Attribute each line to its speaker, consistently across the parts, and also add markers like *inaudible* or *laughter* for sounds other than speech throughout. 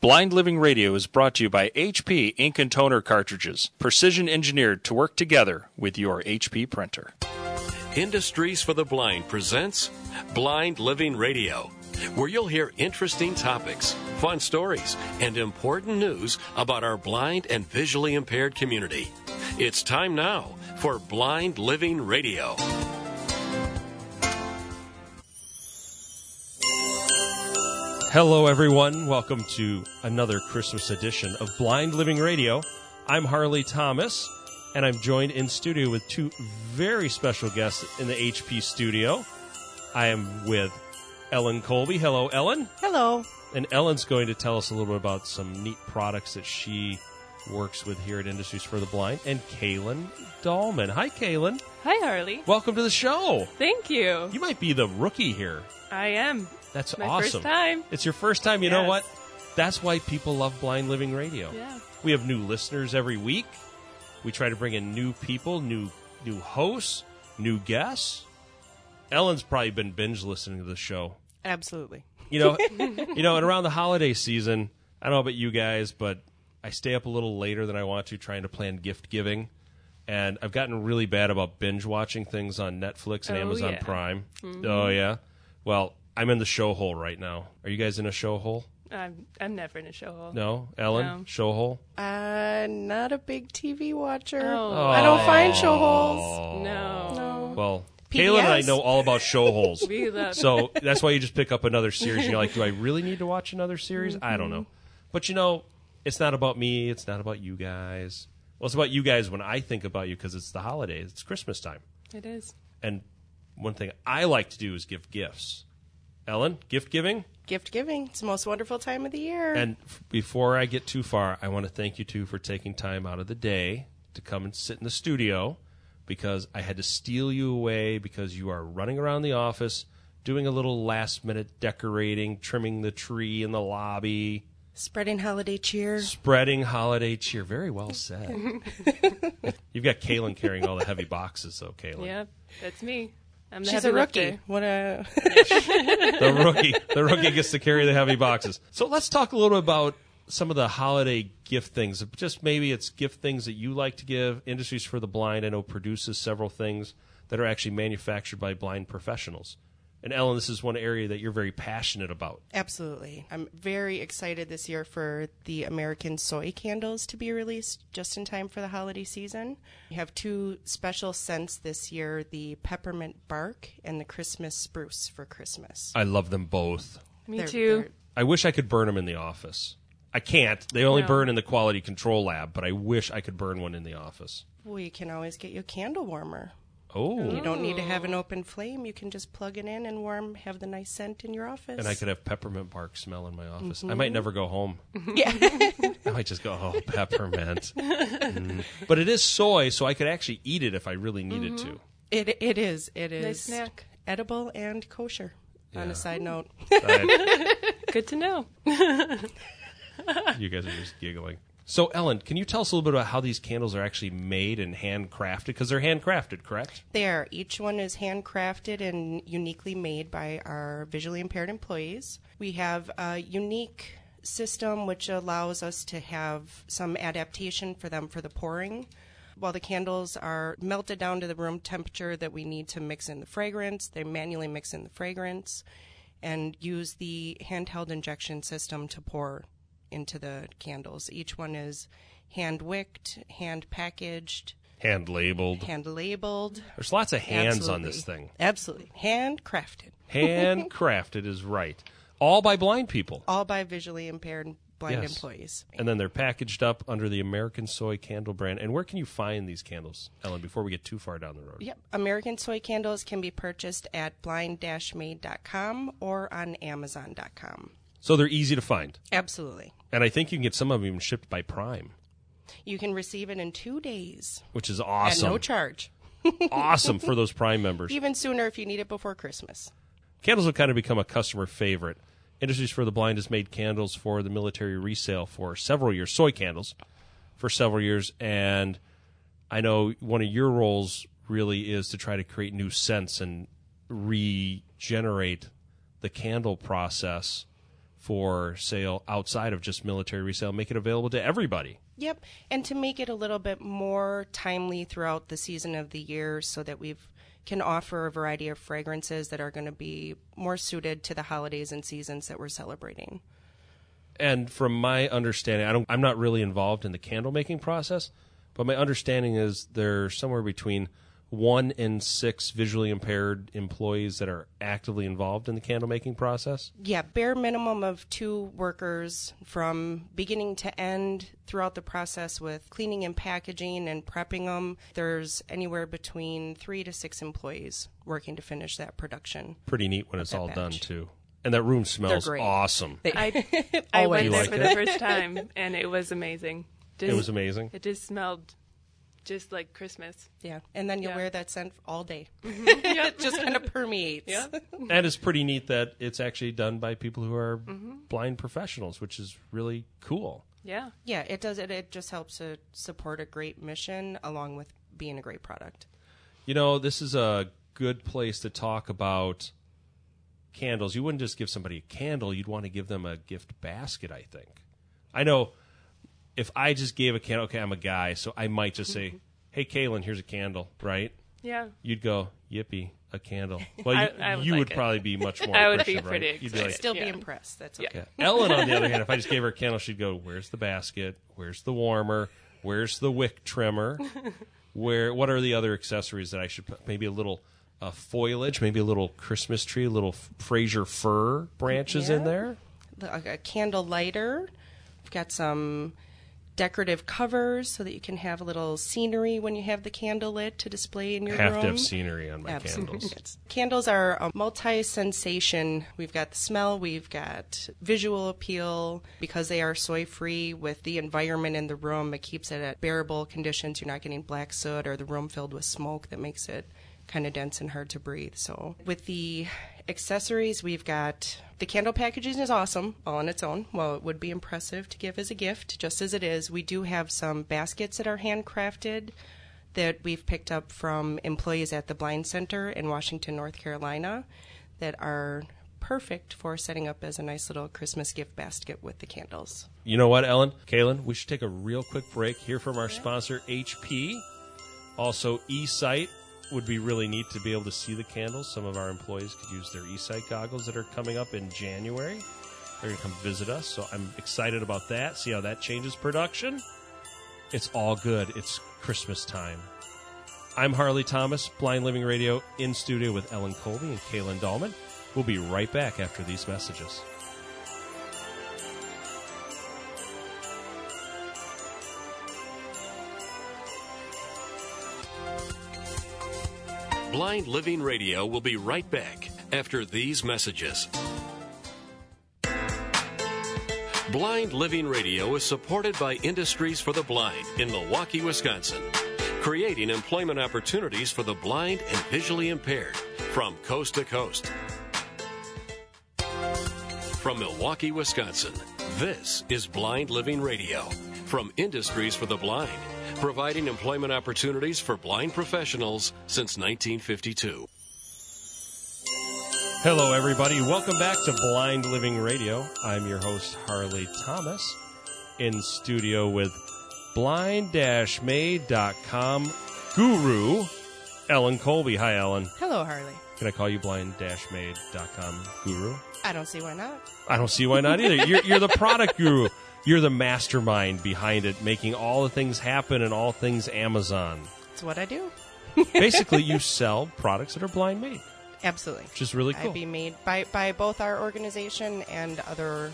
Speaker 1: Blind Living Radio is brought to you by HP Ink and Toner cartridges, precision engineered to work together with your HP printer.
Speaker 2: Industries for the Blind presents Blind Living Radio, where you'll hear interesting topics, fun stories, and important news about our blind and visually impaired community. It's time now for Blind Living Radio.
Speaker 3: Hello, everyone. Welcome to another Christmas edition of Blind Living Radio. I'm Harley Thomas, and I'm joined in studio with two very special guests in the HP studio. I am with Ellen Colby. Hello, Ellen.
Speaker 4: Hello.
Speaker 3: And Ellen's going to tell us a little bit about some neat products that she works with here at Industries for the Blind. And Kaylin Dahlman. Hi, Kaylin.
Speaker 5: Hi, Harley.
Speaker 3: Welcome to the show.
Speaker 5: Thank you.
Speaker 3: You might be the rookie here.
Speaker 5: I am.
Speaker 3: That's
Speaker 5: My
Speaker 3: awesome.
Speaker 5: first time.
Speaker 3: It's your first time. You know
Speaker 5: Yes.
Speaker 3: what? That's why people love Blind Living Radio.
Speaker 5: Yeah.
Speaker 3: We have new listeners every week. We try to bring in new people, new new hosts, new guests. Ellen's probably been binge listening to the show.
Speaker 4: Absolutely.
Speaker 3: You
Speaker 5: *laughs*
Speaker 3: know, you know, and around the holiday season, I don't know about you guys, but I stay up a little later than I want to trying to plan gift giving. And I've gotten really bad about binge watching things on Netflix and
Speaker 5: Oh,
Speaker 3: Amazon
Speaker 5: yeah. Mm-hmm.
Speaker 3: Prime. Oh yeah. Well, I'm in the show hole right now. Are you guys in a show hole?
Speaker 5: I'm, I'm never in a show hole.
Speaker 3: No, Ellen,
Speaker 5: No.
Speaker 3: show hole.
Speaker 4: Uh, not a big TV watcher.
Speaker 5: Oh.
Speaker 4: I don't find show holes.
Speaker 5: No.
Speaker 4: No.
Speaker 3: Well, Kayla and I
Speaker 4: PBS?
Speaker 3: know all about show holes.
Speaker 5: *laughs* We love-
Speaker 3: *laughs* so that's why you just pick up another series and you're like, do I really need to watch another series? I don't know. But you know, it's not about me. It's not about you guys. Well, it's about you guys when I think about you because it's the holidays. It's Christmas time.
Speaker 5: It is.
Speaker 3: And one thing I like to do is give gifts. Ellen, gift giving?
Speaker 4: Gift giving. It's the most wonderful time of the year.
Speaker 3: And f- before I get too far, I want to thank you two for taking time out of the day to come and sit in the studio because I had to steal you away because you are running around the office doing a little last minute decorating, trimming the tree in the lobby,
Speaker 4: Spreading holiday cheer.
Speaker 3: spreading holiday cheer. Very well said. You've got Kaylin carrying all the heavy boxes, though, Kaylin.
Speaker 5: Yep. That's me. I'm the
Speaker 4: She's
Speaker 5: heavy
Speaker 4: a rookie.
Speaker 5: lifter.
Speaker 4: What a
Speaker 3: the rookie the rookie gets to carry the heavy boxes. So let's talk a little bit about some of the holiday gift things. Just maybe it's gift things that you like to give. Industries for the Blind I know produces several things that are actually manufactured by blind professionals. And Ellen, this is one area that you're very passionate about.
Speaker 4: *laughs* absolutely. I'm very excited this year for the American soy candles to be released just in time for the holiday season. We have two special scents this year: the peppermint bark and the Christmas spruce for Christmas.
Speaker 3: I love them both.
Speaker 5: Me
Speaker 4: They're-
Speaker 5: too.
Speaker 4: they're-
Speaker 3: I wish I could burn them in the office. I can't. They only burn in the quality control lab, but I wish I could burn one in the office.
Speaker 4: We can always get you a candle warmer.
Speaker 3: Oh.
Speaker 4: You don't need to have
Speaker 5: Oh.
Speaker 4: an open flame. You can just plug it in and warm, have the nice scent in your office.
Speaker 3: And I could have peppermint bark smell in my office. I might never go home. I might just go, oh, peppermint. Mm. But it is soy, so I could actually eat it if I really needed to.
Speaker 4: *laughs* It it is it is
Speaker 5: Nice snack.
Speaker 4: edible and kosher. On a side note, Mm-hmm.
Speaker 3: I-
Speaker 5: Good to know.
Speaker 4: *laughs*
Speaker 3: you guys are just giggling. So, Ellen, can you tell us a little bit about how these candles are actually made and handcrafted? Because they're handcrafted, correct?
Speaker 4: they are each one is handcrafted and uniquely made by our visually impaired employees. We have a unique system which allows us to have some adaptation for them for the pouring. While the candles are melted down to the room temperature that we need to mix in the fragrance, they manually mix in the fragrance and use the handheld injection system to pour into the candles. Each one is hand wicked, hand packaged,
Speaker 3: Hand labeled.
Speaker 4: hand labeled.
Speaker 3: There's lots of hands on this thing.
Speaker 4: Absolutely. Handcrafted.
Speaker 3: Handcrafted is right. All by blind people.
Speaker 4: All by visually impaired and blind
Speaker 3: Yes.
Speaker 4: employees.
Speaker 3: And then they're packaged up under the American Soy Candle brand. And where can you find these candles, Ellen, before we get too far down the road?
Speaker 4: Yep. American soy candles can be purchased at blind-made.com or on amazon.com.
Speaker 3: So they're easy to find.
Speaker 4: Absolutely.
Speaker 3: And I think you can get some of them shipped by Prime,
Speaker 4: You can receive it in 2 days
Speaker 3: which is awesome.
Speaker 4: at no charge.
Speaker 3: awesome for
Speaker 4: *laughs*
Speaker 3: those Prime members.
Speaker 4: Even sooner if you need it before Christmas.
Speaker 3: Candles have kind of become a customer favorite. Industries for the Blind has made candles for the military resale for several years, soy candles for several years. And I know one of your roles really is to try to create new scents and regenerate the candle process for sale outside of just military resale, make it available to everybody.
Speaker 4: Yep, and to make it a little bit more timely throughout the season of the year, so that we've can offer a variety of fragrances that are going to be more suited to the holidays and seasons that we're celebrating.
Speaker 3: And from my understanding, I don't, I'm not really involved in the candle making process, but my understanding is there are somewhere between one and six visually impaired employees that are actively involved in the candle making process.
Speaker 4: Yeah, bare minimum of two workers from beginning to end throughout the process with cleaning and packaging and prepping them. There's anywhere between three to six employees working to finish that production.
Speaker 3: Pretty neat when it's all
Speaker 4: that
Speaker 3: done
Speaker 4: batch.
Speaker 3: too. And that room smells
Speaker 4: great.
Speaker 3: awesome.
Speaker 6: They
Speaker 5: *laughs* I, I went
Speaker 6: You
Speaker 5: there
Speaker 3: like
Speaker 5: for the first time, and it was amazing. Just,
Speaker 3: It was amazing.
Speaker 5: It just smelled just like Christmas.
Speaker 4: Yeah, and then you
Speaker 5: Yeah. Mm-hmm.
Speaker 4: wear that scent all day. *laughs* it just kind of permeates.
Speaker 5: Yeah.
Speaker 3: that is pretty neat that it's actually done by people who are blind professionals, which is really cool.
Speaker 5: Yeah.
Speaker 4: Yeah, it does. It, it just helps to support a great mission along with being a great product.
Speaker 3: You know, this is a good place to talk about candles. You wouldn't just give somebody a candle, you'd want to give them a gift basket, I think. I know if I just gave a candle, okay, I'm a guy, so I might just
Speaker 5: *laughs*
Speaker 3: say, hey, Kaylin, here's a candle, right?
Speaker 5: Yeah.
Speaker 3: You'd go, yippee, a
Speaker 5: *laughs*
Speaker 3: candle. Well,
Speaker 5: I-
Speaker 3: you,
Speaker 5: I would
Speaker 3: you
Speaker 5: like
Speaker 3: would
Speaker 5: it.
Speaker 3: probably be
Speaker 5: *laughs*
Speaker 3: much more
Speaker 5: I would
Speaker 3: appreciative,
Speaker 5: be
Speaker 3: right?
Speaker 5: pretty
Speaker 3: You'd be like,
Speaker 5: excited.
Speaker 4: Still be
Speaker 5: Yeah.
Speaker 4: impressed. That's okay.
Speaker 3: Yeah. Ellen, on the other hand, if I just gave her a candle, she'd go, "Where's the basket? Where's the warmer? Where's the wick trimmer? Where? What are the other accessories that I should put? Maybe a little uh, foliage, maybe a little Christmas tree, little Fraser fir branches in
Speaker 4: Yeah.
Speaker 3: there.
Speaker 4: the- a, a candle lighter. We've got some decorative covers so that you can have a little scenery when you have the candle lit to display in your
Speaker 3: Have
Speaker 4: room.
Speaker 3: to have scenery on my
Speaker 4: Absolutely.
Speaker 3: candles.
Speaker 4: It's- Candles are a multi sensation. We've got the smell, we've got visual appeal. Because they are soy free with the environment in the room, it keeps it at bearable conditions. You're not getting black soot or the room filled with smoke that makes it kind of dense and hard to breathe. So, with the accessories, we've got the candle packaging is awesome all on its own. While it would be impressive to give as a gift, just as it is, we do have some baskets that are handcrafted that we've picked up from employees at the Blind Center in Washington, North Carolina, that are perfect for setting up as a nice little Christmas gift basket with the candles.
Speaker 3: You know what, Ellen, Kaylin, we should take a real quick break. Hear from our sponsor, HP. Also, eSight would be really neat to be able to see the candles. Some of our employees could use their eSight goggles that are coming up in January. They're going to come visit us, so I'm excited about that. See how that changes production. It's all good. It's Christmas time. I'm Harley Thomas, Blind Living Radio, in studio with Ellen Colby and Kaylin Dahlman. We'll be right back after these messages.
Speaker 2: Blind Living Radio will be right back after these messages. Blind Living Radio is supported by Industries for the Blind in Milwaukee, Wisconsin, creating employment opportunities for the blind and visually impaired from coast to coast. From Milwaukee, Wisconsin, this is Blind Living Radio from Industries for the Blind, providing employment opportunities for blind professionals since 1952.
Speaker 3: Hello, everybody. Welcome back to Blind Living Radio. I'm your host, Harley Thomas, in studio with blind-made.com guru, Ellen Colby. Hi, Ellen.
Speaker 4: Hello, Harley.
Speaker 3: Can I call you blind-made.com guru?
Speaker 4: I don't see why not.
Speaker 3: I don't see why not either. You're, you're the product guru. You're the mastermind behind it, making all the things happen and all things Amazon.
Speaker 4: It's what I do.
Speaker 3: Basically, you sell products that are blind made,
Speaker 4: Absolutely.
Speaker 3: which is really cool.
Speaker 4: I'd be made by, by both our organization and other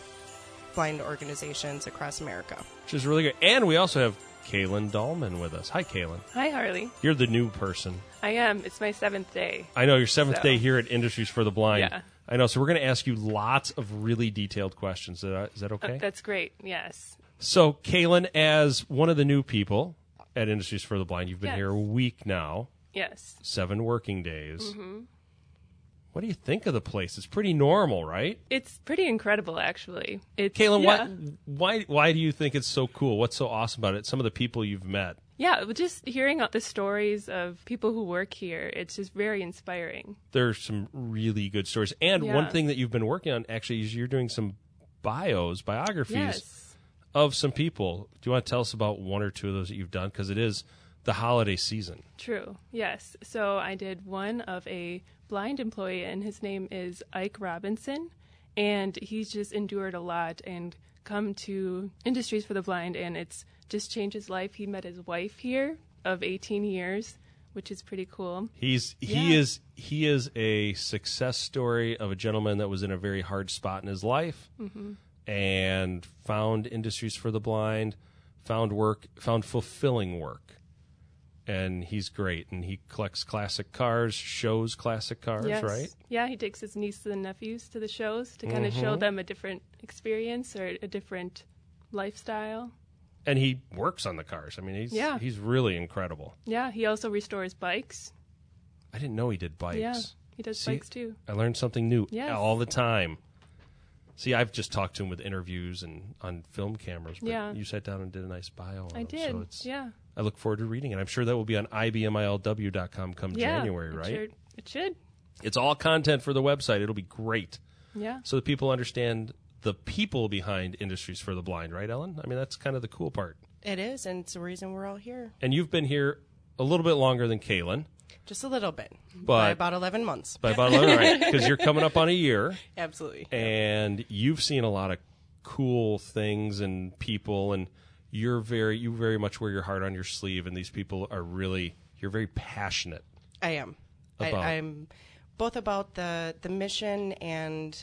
Speaker 4: blind organizations across America.
Speaker 3: which is really good. And we also have Kaylin Dahlman with us. Hi, Kaylin.
Speaker 5: Hi, Harley.
Speaker 3: You're the new person.
Speaker 5: I am. It's my seventh day.
Speaker 3: I know your seventh
Speaker 5: So-
Speaker 3: day here at Industries for the Blind.
Speaker 5: Yeah.
Speaker 3: I know. So we're going to ask you lots of really detailed questions. Is that, is that
Speaker 5: Uh,
Speaker 3: okay?
Speaker 5: That's great. Yes.
Speaker 3: so, Kaylin, as one of the new people at Industries for the Blind, you've been
Speaker 5: Yes.
Speaker 3: here a week now,
Speaker 5: Yes.
Speaker 3: seven working days.
Speaker 5: Mm-hmm.
Speaker 3: What do you think of the place? It's pretty normal, right?
Speaker 5: It's pretty incredible, actually. It's,
Speaker 3: Kaylin,
Speaker 5: yeah.
Speaker 3: why, why, why do you think it's so cool? What's so awesome about it? Some of the people you've met.
Speaker 5: Yeah, but just hearing the stories of people who work here, it's just very inspiring.
Speaker 3: there's some really good stories. And
Speaker 5: Yeah.
Speaker 3: one thing that you've been working on actually is you're doing some bios, biographies
Speaker 5: Yes.
Speaker 3: of some people. Do you want to tell us about one or two of those that you've done? Because it is the holiday season.
Speaker 5: True. Yes. So I did one of a blind employee, and his name is Ike Robinson, and he's just endured a lot and come to Industries for the Blind, and it's just changed his life. He met his wife here of 18 years, which is pretty cool.
Speaker 3: He's he
Speaker 5: Yeah.
Speaker 3: is he is a success story of a gentleman that was in a very hard spot in his life,
Speaker 5: Mm-hmm.
Speaker 3: and found industries for the blind, found work, found fulfilling work, and he's great. And he collects classic cars, shows classic cars,
Speaker 5: yes.
Speaker 3: right?
Speaker 5: Yeah, he takes his nieces and nephews to the shows to kind of show them a different experience or a different lifestyle.
Speaker 3: And he works on the cars. I mean, he's
Speaker 5: Yeah.
Speaker 3: he's really incredible.
Speaker 5: Yeah, he also restores bikes.
Speaker 3: I didn't know he did bikes.
Speaker 5: Yeah, he does
Speaker 3: See?
Speaker 5: bikes too.
Speaker 3: I learned something new
Speaker 5: Yes.
Speaker 3: all the time. See, I've just talked to him with interviews and on film cameras. But
Speaker 5: Yeah.
Speaker 3: you sat down and did a nice bio. On
Speaker 5: I
Speaker 3: him,
Speaker 5: did.
Speaker 3: Oh, So it's,
Speaker 5: yeah.
Speaker 3: I look forward to reading it. I'm sure that will be on ibmilw.com come
Speaker 5: yeah.
Speaker 3: January,
Speaker 5: it
Speaker 3: right?
Speaker 5: should- it should.
Speaker 3: It's all content for the website. It'll be great,
Speaker 5: Yeah.
Speaker 3: so that people understand the people behind Industries for the Blind, right, Ellen? I mean, that's kind of the cool part.
Speaker 4: It is, and it's the reason we're all here.
Speaker 3: And you've been here a little bit longer than Kalen,
Speaker 4: Just a little bit.
Speaker 3: But-
Speaker 4: by about 11 months.
Speaker 3: by about all right, because you're coming up on a year.
Speaker 4: Absolutely.
Speaker 3: and you've seen a lot of cool things and people and you're very you very much wear your heart on your sleeve and these people are really you're very passionate
Speaker 4: I am. I,
Speaker 3: About-
Speaker 4: I'm both about the the mission and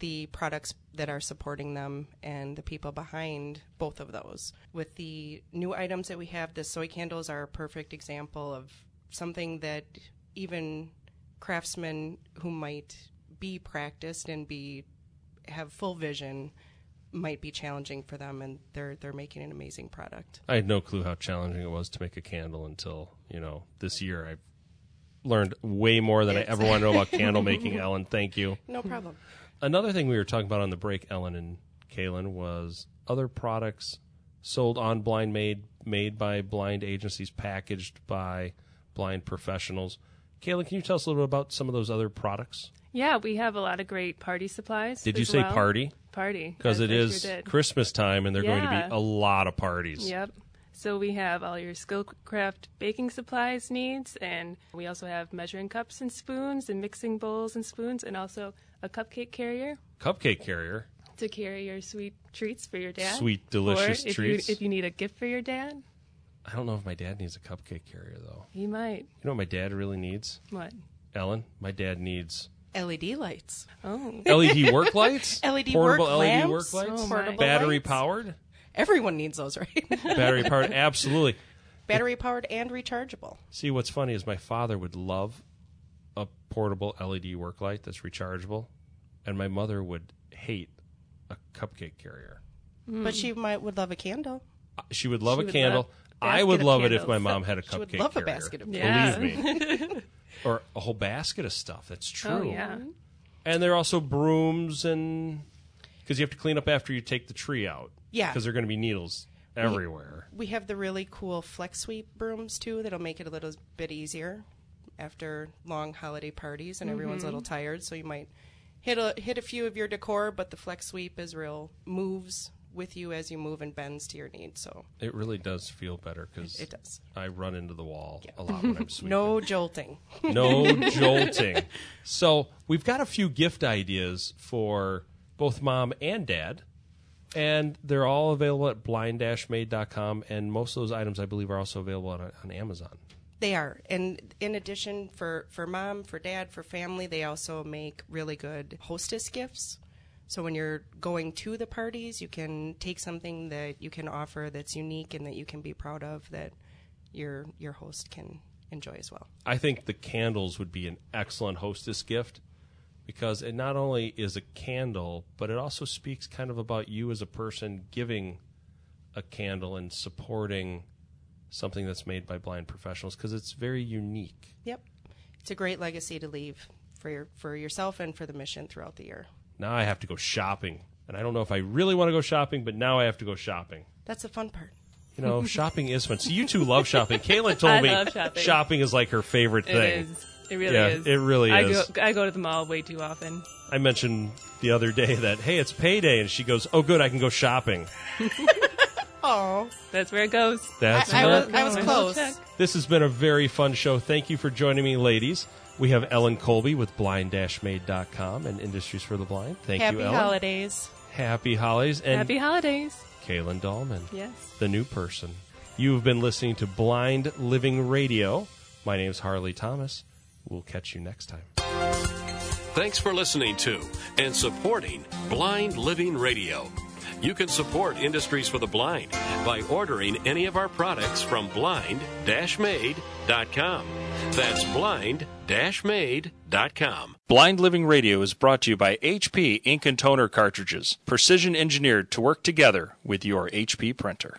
Speaker 4: the products that are supporting them and the people behind both of those. With the new items that we have, the soy candles are a perfect example of something that even craftsmen who might be practiced and be have full vision might be challenging for them and they're they're making an amazing product.
Speaker 3: i had no clue how challenging it was to make a candle until you know this year i have learned way more than i ever want to know about candle making ellen thank you
Speaker 4: No *laughs* problem.
Speaker 3: another thing we were talking about on the break ellen and kaylin was other products sold on blind made made by blind agencies packaged by blind professionals kaylin can you tell us a little bit about some of those other products
Speaker 5: Yeah, we have a lot of great party supplies.
Speaker 3: did you
Speaker 5: as
Speaker 3: say
Speaker 5: well.
Speaker 3: party
Speaker 5: Party.
Speaker 3: because
Speaker 5: yes,
Speaker 3: it
Speaker 5: I
Speaker 3: is
Speaker 5: sure did.
Speaker 3: christmas time and they're going to
Speaker 5: Yeah.
Speaker 3: be a lot of parties
Speaker 5: Yep. So we have all your Skillcraft baking supplies needs, and we also have measuring cups and spoons, and mixing bowls and spoons, and also a cupcake carrier
Speaker 3: cupcake carrier
Speaker 5: to carry your sweet treats for your dad.
Speaker 3: Sweet, delicious
Speaker 5: or if
Speaker 3: treats.
Speaker 5: You, if you need a gift for your dad,
Speaker 3: i don't know if my dad needs a cupcake carrier though
Speaker 5: he might.
Speaker 3: you know what my dad really needs
Speaker 5: What?
Speaker 3: ellen my dad
Speaker 5: *laughs*
Speaker 3: needs
Speaker 4: LED E lights.
Speaker 5: Oh,
Speaker 3: led work lights
Speaker 5: E
Speaker 4: LED
Speaker 3: portable
Speaker 4: work
Speaker 3: led work
Speaker 4: lamps,
Speaker 3: lights
Speaker 5: Oh,
Speaker 4: portable
Speaker 3: battery
Speaker 4: lights.
Speaker 3: powered
Speaker 4: Everyone needs those, right? *laughs*
Speaker 3: battery powered absolutely
Speaker 4: battery powered and rechargeable.
Speaker 3: See, what's funny is my father would love a portable LED work light that's rechargeable, and my mother would hate a cupcake carrier.
Speaker 4: But she might would love a candle.
Speaker 3: Uh, She would love
Speaker 5: She
Speaker 3: a
Speaker 5: would
Speaker 3: candle.
Speaker 5: love a
Speaker 3: I would
Speaker 5: basket of
Speaker 3: love it if my
Speaker 5: candles.
Speaker 3: mom had a cupcake
Speaker 4: She would love a
Speaker 3: carrier.
Speaker 4: basket of
Speaker 5: Yeah.
Speaker 3: Believe me. or a whole basket of stuff. That's true.
Speaker 5: oh yeah.
Speaker 3: And there are also brooms and because you have to clean up after you take the tree out.
Speaker 4: Yeah.
Speaker 3: Because there are going to be needles everywhere.
Speaker 4: We have the really cool flex sweep brooms too that'll make it a little bit easier after long holiday parties and everyone's a little tired, so you might hit a hit a few of your decor, but the flex sweep is real moves with you as you move and bends to your needs. So
Speaker 3: It really does feel better because
Speaker 4: it does.
Speaker 3: I run into the wall a lot when
Speaker 4: *laughs*
Speaker 3: I'm sweeping.
Speaker 4: No jolting.
Speaker 3: no jolting. So we've got a few gift ideas for both mom and dad, and they're all available at blind-made.com. And most of those items, I believe, are also available on, on Amazon.
Speaker 4: They are, and in addition, for for mom, for dad, for family, they also make really good hostess gifts. So when you're going to the parties, you can take something that you can offer that's unique and that you can be proud of that your your host can enjoy as well.
Speaker 3: I think the candles would be an excellent hostess gift because it not only is a candle, but it also speaks kind of about you as a person giving a candle and supporting something that's made by blind professionals because it's very unique.
Speaker 4: Yep, it's a great legacy to leave for your for yourself and for the mission throughout the year.
Speaker 3: now I have to go shopping. And I don't know if I really want to go shopping, but now I have to go shopping.
Speaker 4: That's the fun part.
Speaker 3: You
Speaker 5: *laughs*
Speaker 3: know, shopping is fun. So you two love shopping. Kayla told
Speaker 5: I
Speaker 3: me
Speaker 5: love shopping.
Speaker 3: is like her favorite
Speaker 5: It
Speaker 3: thing.
Speaker 5: is. It really
Speaker 3: Yeah,
Speaker 5: is.
Speaker 3: it really
Speaker 5: I
Speaker 3: is.
Speaker 5: Go, I go to the mall way too often.
Speaker 3: I mentioned the other day that hey, it's payday, and she goes, "Oh, good, I can go shopping."
Speaker 4: Oh,
Speaker 5: That's where it goes.
Speaker 3: That's
Speaker 4: I, I
Speaker 3: not
Speaker 4: was, I was
Speaker 5: Double
Speaker 4: close.
Speaker 5: check.
Speaker 3: This has been a very fun show. Thank you for joining me, ladies. We have Ellen Colby with blind-made.com and Industries for the Blind. Thank
Speaker 4: Happy
Speaker 3: you, Ellen.
Speaker 4: holidays.
Speaker 3: Happy holidays. And
Speaker 5: Happy holidays.
Speaker 3: Kaylin Dahlman,
Speaker 5: Yes.
Speaker 3: the new person. You've been listening to Blind Living Radio. My name is Harley Thomas. We'll catch you next time.
Speaker 2: Thanks for listening to and supporting Blind Living Radio. You can support Industries for the Blind by ordering any of our products from blind-made.com. That's blind-made.com.
Speaker 1: Blind Living Radio is brought to you by HP Ink and Toner cartridges, precision engineered to work together with your HP printer.